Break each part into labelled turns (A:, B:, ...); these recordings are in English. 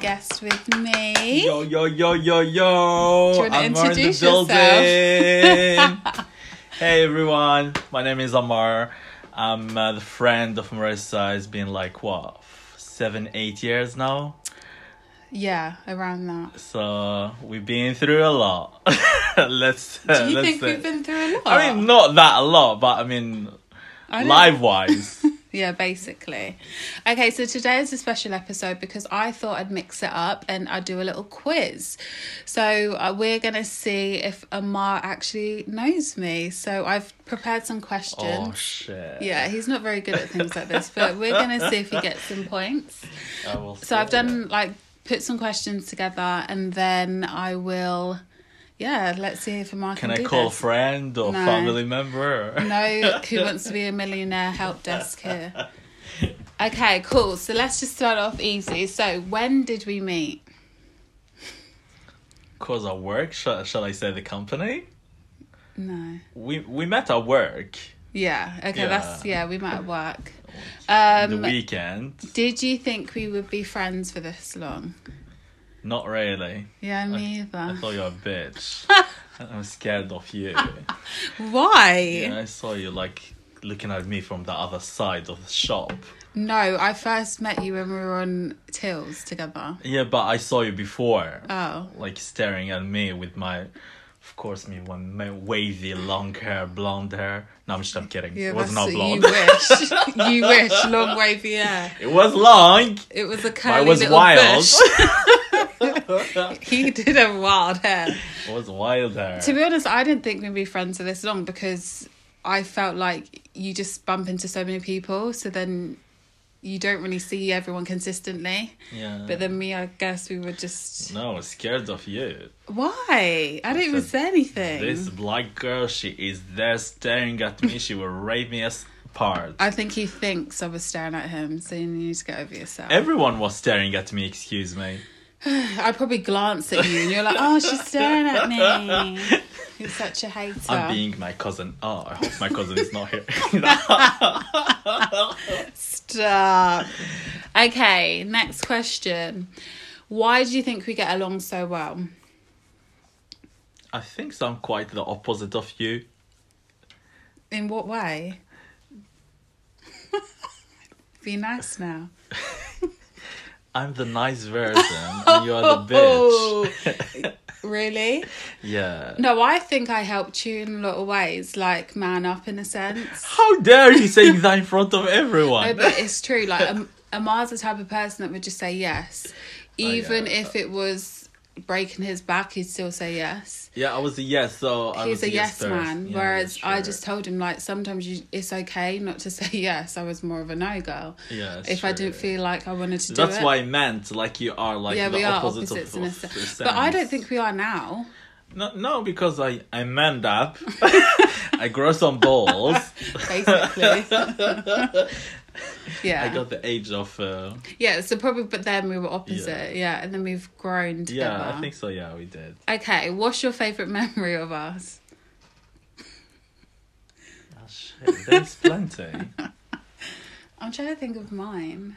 A: guest with me.
B: Yo, yo, yo, yo, yo.
A: Do you wanna
B: Amar in the
A: introduce yourself?
B: building. hey, everyone. My name is Amar. I'm uh, the friend of Marissa. It's been like, what, seven, eight years now?
A: Yeah, around that.
B: So we've been through a lot. let's. uh,
A: Do you
B: let's
A: think
B: say-
A: we've been through a lot?
B: I mean, not that a lot, but I mean,
A: I don't-
B: live wise.
A: Yeah, basically. Okay, so today is a special episode because I thought I'd mix it up and I'd do a little quiz. So uh, we're going to see if Amar actually knows me. So I've prepared some questions.
B: oh, shit.
A: yeah, he's not very good at things like this, but we're going to see if he gets some points.
B: I will
A: So I've
B: say
A: done like put some questions together and then I will, yeah, let's see if Amar can,
B: Can I
A: do
B: call
A: this.
B: friend or
A: No.
B: family member?
A: No, who wants to be a millionaire help desk here? Okay, cool. So let's just start off easy. So when did we meet?
B: Cause of work, shall, shall I say the company?
A: No.
B: We we met at work
A: Yeah. Okay.
B: Yeah.
A: That's yeah. We met at work.
B: the
A: Um,
B: weekend.
A: did you think we would be friends for this long?
B: Not really.
A: Yeah, me
B: I
A: either.
B: thought you were a bitch. I'm scared of you.
A: Why?
B: And I saw you like looking at me from the other side of the shop.
A: No, I first met you when we were on Tills together.
B: Yeah, but I saw you before,
A: Oh,
B: like staring at me with my, of course, me one my wavy long hair, blonde hair. No, I'm just I'm kidding.
A: yeah.
B: it was
A: that's
B: not
A: you
B: blonde.
A: wish. you wish. Long wavy hair.
B: it was long.
A: It was a curly
B: But it was
A: little
B: wild.
A: bush. He did have wild hair.
B: it was wild hair.
A: To be honest, I didn't think we'd be friends for this long because I felt like you just bump into so many people, so then you don't really see everyone consistently.
B: yeah.
A: But then me, I guess we were just
B: No, I was scared of you.
A: why? I didn't even
B: said,
A: say anything.
B: This black girl, she is there staring at me. She will rape me as part.
A: I think he thinks I was staring at him, so you need to get over yourself.
B: Everyone was staring at me. Excuse me.
A: I probably glanced at you and you're like, oh, she's staring at me. You're such a hater.
B: I'm being my cousin. Oh, I hope my cousin is not here.
A: Stop. Okay, next question. Why do you think we get along so well?
B: I think so. I'm quite the opposite of you.
A: In what way? Be nice now.
B: I'm the nice version, and you are the
A: Oh,
B: bitch.
A: really?
B: Yeah.
A: No, I think I helped you in a lot of ways, like man up in a sense.
B: How dare you say that in front of everyone?
A: No, but it's true. Like Am- Amar's the type of person that would just say yes,
B: uh,
A: even
B: yeah.
A: if it was breaking his back, he'd still say yes.
B: yeah, I was a yes. So I
A: he's
B: was
A: a yes,
B: person.
A: man.
B: Yeah,
A: whereas
B: yeah,
A: I
B: sure.
A: just told him like sometimes you, it's okay not to say yes. I was more of a no girl.
B: Yeah, that's
A: if I didn't
B: true.
A: feel like I wanted to do
B: That's
A: it.
B: why I meant like you are like
A: yeah,
B: the
A: we are
B: opposite
A: opposites
B: of,
A: in a
B: of the
A: sense. But I don't
B: sense.
A: think we are now.
B: No, no, because I I manned up. I grow some balls.
A: Basically. yeah.
B: I got the age of uh,
A: Yeah. So probably, but then we were opposite. Yeah, and then we've grown together.
B: yeah. I think so. Yeah, we did.
A: Okay. What's your favorite memory of us? Ah,
B: Oh, shit. There is plenty.
A: I'm trying to think of mine.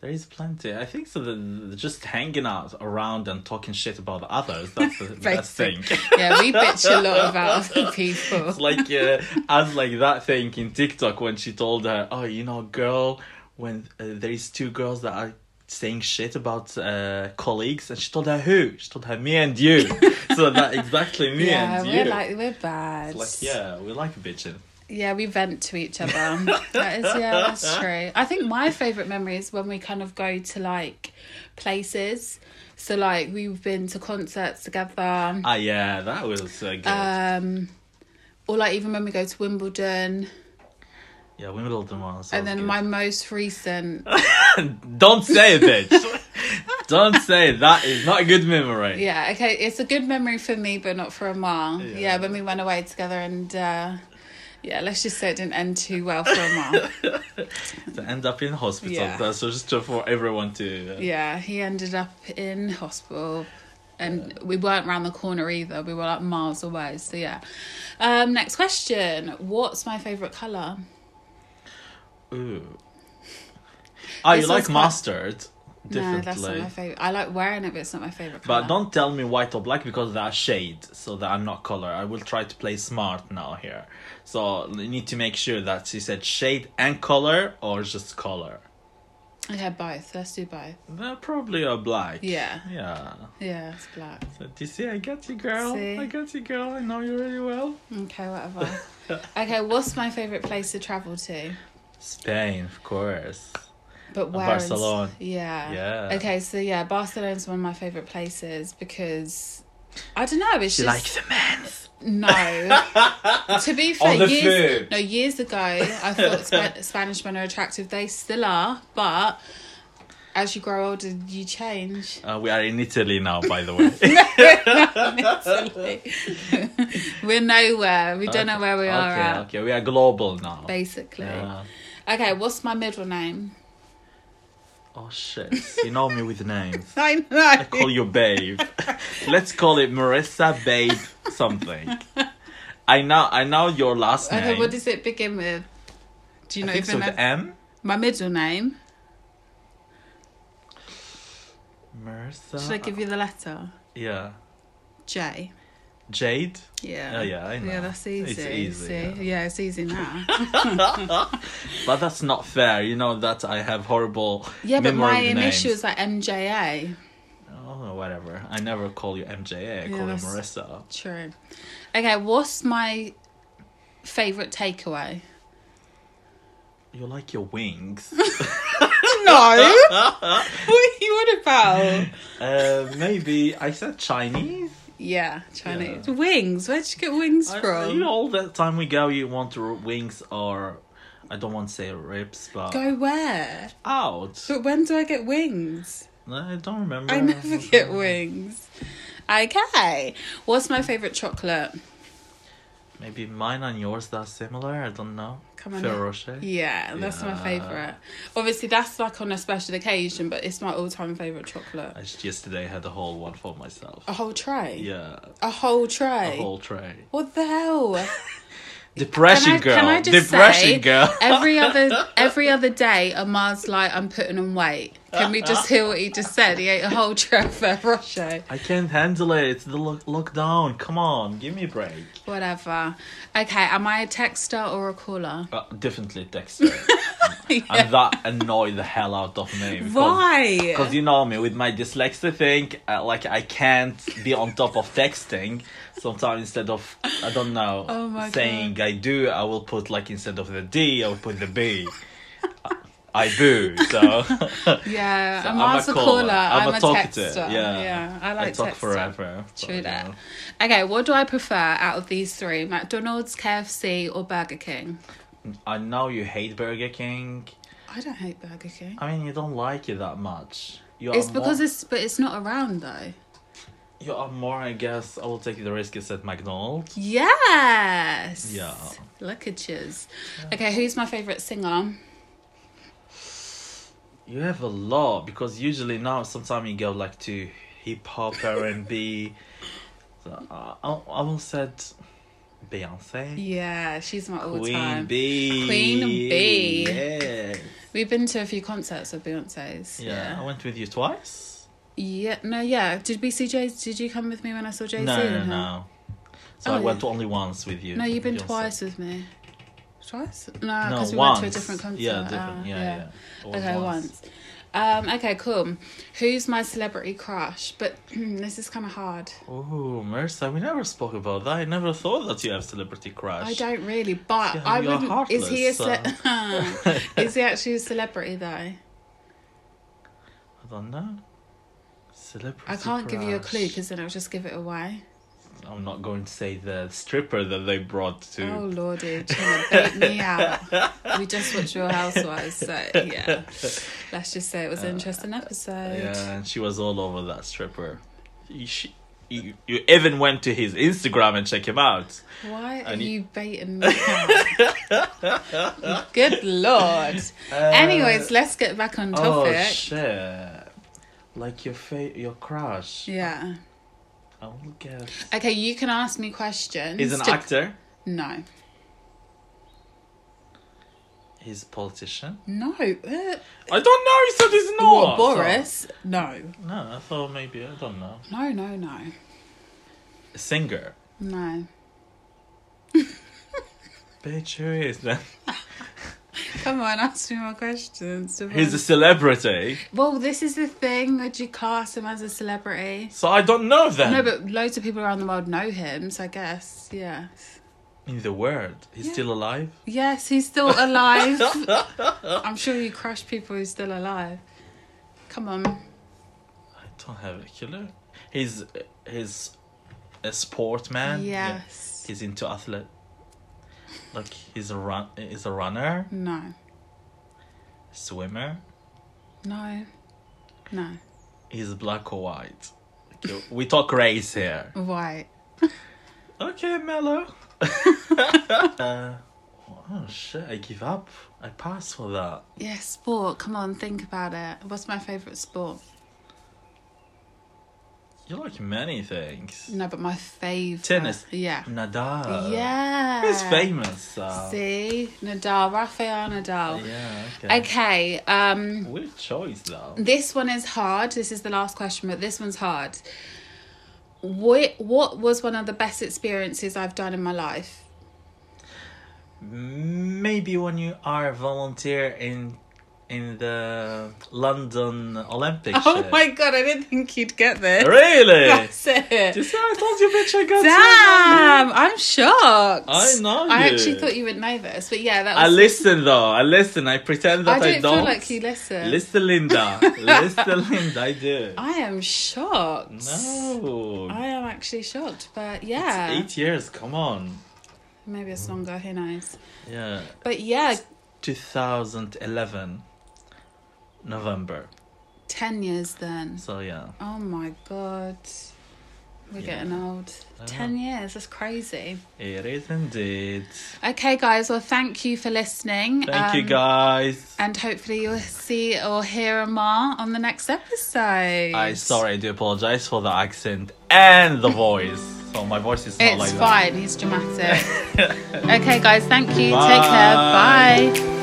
B: There is plenty. I think so. The, the- just hanging out around and talking shit about others. That's the best thing.
A: Basic. Yeah, we bitch a lot about other people.
B: It's like uh, as like that thing in TikTok when she told her, "Oh, you know, girl, when uh, there is two girls that are saying shit about uh, colleagues," and she told her who? She told her me and you. so that exactly me
A: yeah,
B: and
A: we're
B: you.
A: like we're bad.
B: It's like yeah, we like bitching.
A: Yeah, we vent to each other. that is, yeah, that's true. I think my favourite memory is when we kind of go to like places. So like we've been to concerts together,
B: Ah, yeah, that was uh, good.
A: um, or like even when we go to Wimbledon.
B: yeah, Wimbledon was.
A: And then
B: Oh, good.
A: my most recent,
B: Don't say it, bitch. Don't say it. that is not a good memory.
A: yeah, okay, it's a good memory for me, but not for Amar. Yeah, yeah when we went away together, and uh, yeah, let's just say it didn't end too well for Amar.
B: To end up in hospital,
A: Yeah.
B: that's just for everyone to. Uh,
A: Yeah, he ended up in hospital. And we weren't round the corner either. We were like miles away. So yeah. Um, next question. What's my favourite colour?
B: Ooh. Ah,
A: This
B: you like
A: one's quite-
B: mustard?
A: No, that's not
B: Definitely.
A: my favorite. I like wearing it, but it's not my favorite color.
B: But don't tell me white or black because they are shade, so they are not color. I will try to play smart now here. So you need to make sure that she said shade and color or just color.
A: Okay, both. Let's do both.
B: They're probably a black.
A: Yeah.
B: Yeah.
A: Yeah, it's black.
B: So do you see? I got you, girl.
A: See?
B: I got you, girl. I know you really well.
A: Okay, whatever. okay, what's my favorite place to travel to?
B: Spain, of course.
A: But where? in-
B: Barcelona.
A: yeah.
B: Yeah.
A: Okay, so yeah, Barcelona's one of my favorite places because I don't know. It's
B: She
A: just
B: likes the man's.
A: no. to be fair,
B: the
A: years
B: food.
A: no years ago, I thought Spa- Spanish men are attractive. They still are, but as you grow older, you change.
B: Uh, we are in Italy now, by the way.
A: Honestly. We're nowhere. We don't know where we are
B: okay,
A: at.
B: Okay, we are global now.
A: Basically.
B: Yeah.
A: Okay, what's my middle name?
B: Oh shit! You know me with names.
A: I know.
B: call you babe. Let's call it Marissa Babe something. I know I know your last name.
A: Okay, what does it begin with? Do you
B: I
A: know
B: think
A: even
B: so
A: know
B: the M?
A: my middle name?
B: Marissa.
A: Should I give you the letter?
B: Yeah.
A: J.
B: Jade?
A: Yeah.
B: Oh, yeah, I know.
A: Yeah, that's easy.
B: It's easy,
A: See?
B: yeah.
A: Yeah. it's easy now.
B: But that's not fair. You know that I have horrible
A: yeah, but
B: memory
A: my
B: of names.
A: initial is like MJA.
B: Oh, whatever. I never call you MJA. I
A: Yeah,
B: call you
A: that's-
B: Marissa.
A: True. Okay, what's my favourite takeaway?
B: You like your wings.
A: No. what are you on about?
B: uh, maybe I said Chinese.
A: Yeah, Chinese wings. Where'd you get wings
B: I-
A: from?
B: Uh, you know, all the time we go, you want r- wings or I don't want to say ribs, but
A: Go where?
B: out.
A: But when do I get wings?
B: I don't remember.
A: I never get wings. Okay. What's my favourite chocolate?
B: Maybe mine and yours are similar. I don't know.
A: Come on
B: Ferrero
A: now.
B: Rocher.
A: Yeah, that's my
B: Yeah.
A: favourite. Obviously, that's like on a special occasion, but it's my all time favourite chocolate.
B: I just yesterday had a whole one for myself.
A: A whole tray?
B: Yeah,
A: A whole tray?
B: a whole tray.
A: What the hell? Can I-
B: Depression girl.
A: can I just
B: Depression
A: say-
B: girl.
A: every other every other day, Amar's like, I'm putting on weight. Can we just hear what he just said? He ate a whole tray of Ferrero Rocher.
B: I can't handle it. It's the lo- lockdown. Come on, give me a break.
A: Whatever. Okay, am I a texter or a caller?
B: Uh, definitely Dexter. And that annoyed the hell out of me. because- Because
A: Why?
B: you know me with my dyslexia thing, uh, like I can't be on top of texting. Sometimes instead of I don't know
A: Oh my
B: saying I do, I will put like instead of the D, I will put the B. I do. So
A: Yeah,
B: So I'm
A: Amar's
B: a
A: a
B: caller.
A: caller.
B: I'm
A: I'm,
B: a
A: a,
B: talkative,
A: texter.
B: yeah.
A: Yeah. I like
B: I talk
A: texting.
B: forever. so,
A: True
B: you
A: that.
B: know.
A: Okay, what do I prefer out of these three? McDonald's, KFC, or Burger King?
B: I know you hate Burger King.
A: I don't hate Burger King.
B: I mean, you don't like it that much. You
A: It's
B: are
A: because
B: more,
A: it's but it's not around though.
B: you are more. I guess I will take the risk. It's at McDonald's.
A: Yes.
B: Yeah.
A: Look at yours. Okay, who's my favorite singer?
B: You have a lot because usually now sometimes you go like to hip hop R and B. So uh, I I will said Beyonce,
A: Yeah, she's my all
B: Queen
A: time.
B: B,
A: Queen B.
B: Yes.
A: We've been to a few concerts of Beyonce's.
B: Yeah. I went with you twice.
A: Yeah, no, yeah. Did we see Jay? Did you come with me when I saw Jay Z?
B: no, no, no. So I
A: Oh,
B: went
A: yeah.
B: only once with you.
A: No, you've been
B: Beyonce.
A: twice with me. Twice? No,
B: No,
A: because we
B: once.
A: went to a different concert.
B: Yeah, different.
A: Ah,
B: yeah, yeah. It was
A: Okay, once. Um, okay, cool. Who's my celebrity crush? But this is kind of hard.
B: Oh, Marissa, we never spoke about that. I never thought that you have celebrity crush.
A: I don't really, but
B: Yeah,
A: I
B: you're
A: would. not Is he a?
B: heartless,
A: Ce- is he actually a celebrity though?
B: I don't know. Celebrity.
A: I can't give you a clue
B: crush.
A: because then I'll just give it away.
B: I'm not going to say the stripper that they brought to.
A: Oh lordy, trying to bait me out. We just watched Real Housewives, so yeah. Let's just say it was an interesting episode.
B: Uh, yeah, and she was all over that stripper. You, she, you, you even went to his Instagram and check him out.
A: Why are
B: And he-
A: you baiting me? out? Good lord. Anyways, let's get back on
B: Uh, oh
A: topic.
B: shit! Like your fa- your crush.
A: yeah.
B: I will guess.
A: Okay, you can ask me questions.
B: Is an
A: to-
B: actor.
A: No.
B: He's a politician.
A: No. Uh,
B: I don't know. He said he's not.
A: what,
B: So-
A: Boris? No.
B: No, I thought maybe I don't know.
A: No, no, no.
B: A singer.
A: No.
B: Bitch, who is that?
A: Come on, ask me more questions.
B: He's a celebrity,
A: Well, this is the thing. Would you cast him as a celebrity?
B: so I don't know them.
A: No, but loads of people around the world know him, so I guess, yes.
B: in the world, he's
A: Yeah.
B: still alive.
A: Yes, he's still alive. I'm sure you crush people who's still alive. Come on.
B: I don't have a killer. He's he's a sport man. Yeah.
A: yes.
B: He's into athlete. Like he's a run. He's a runner,
A: No.
B: swimmer.
A: No. No.
B: He's black or white. Okay, we talk race here.
A: White.
B: Okay, mellow. uh, oh shit! I give up. I pass for that.
A: Yes, sport. Come on, think about it. What's my favourite sport?
B: You like many things.
A: No, but my favourite.
B: Tennis.
A: Yeah.
B: Nadal.
A: yeah.
B: He's famous. Uh,
A: See? Nadal, Rafael Nadal.
B: yeah. Okay.
A: Okay, um,
B: Weird choice though.
A: this one is hard. This is the last question, but this one's hard. What, what was one of the best experiences I've done in my life?
B: Maybe when you are a volunteer in in the London Olympics.
A: Oh my god, I didn't think you'd get this.
B: Really?
A: That's it.
B: Just- I told you, bitch. I got
A: Damn, I'm shocked.
B: I know
A: I
B: you.
A: actually thought you would know this, but yeah, that
B: I
A: was.
B: listen though. I listen. I pretend
A: I
B: that I don't.
A: don't feel like you listen.
B: Listen, Linda. listen, Linda. I do.
A: I am shocked.
B: No.
A: I am actually shocked, but yeah,
B: It's eight years. Come on.
A: maybe it's longer. Who knows?
B: Yeah.
A: But yeah,
B: 2011 November.
A: ten years then.
B: So yeah.
A: Oh my god, we're
B: Yeah.
A: getting old.
B: I
A: Ten years. That's crazy.
B: It is indeed.
A: Okay, guys. Well, thank you for listening.
B: Thank you
A: um,
B: guys.
A: And hopefully you'll see or hear Amar on the next episode.
B: I sorry, I do apologize for the accent and the voice. So my voice is not
A: It's
B: like that.
A: fine. He's dramatic. okay, guys. Thank you. Take care.
B: Bye.
A: Bye.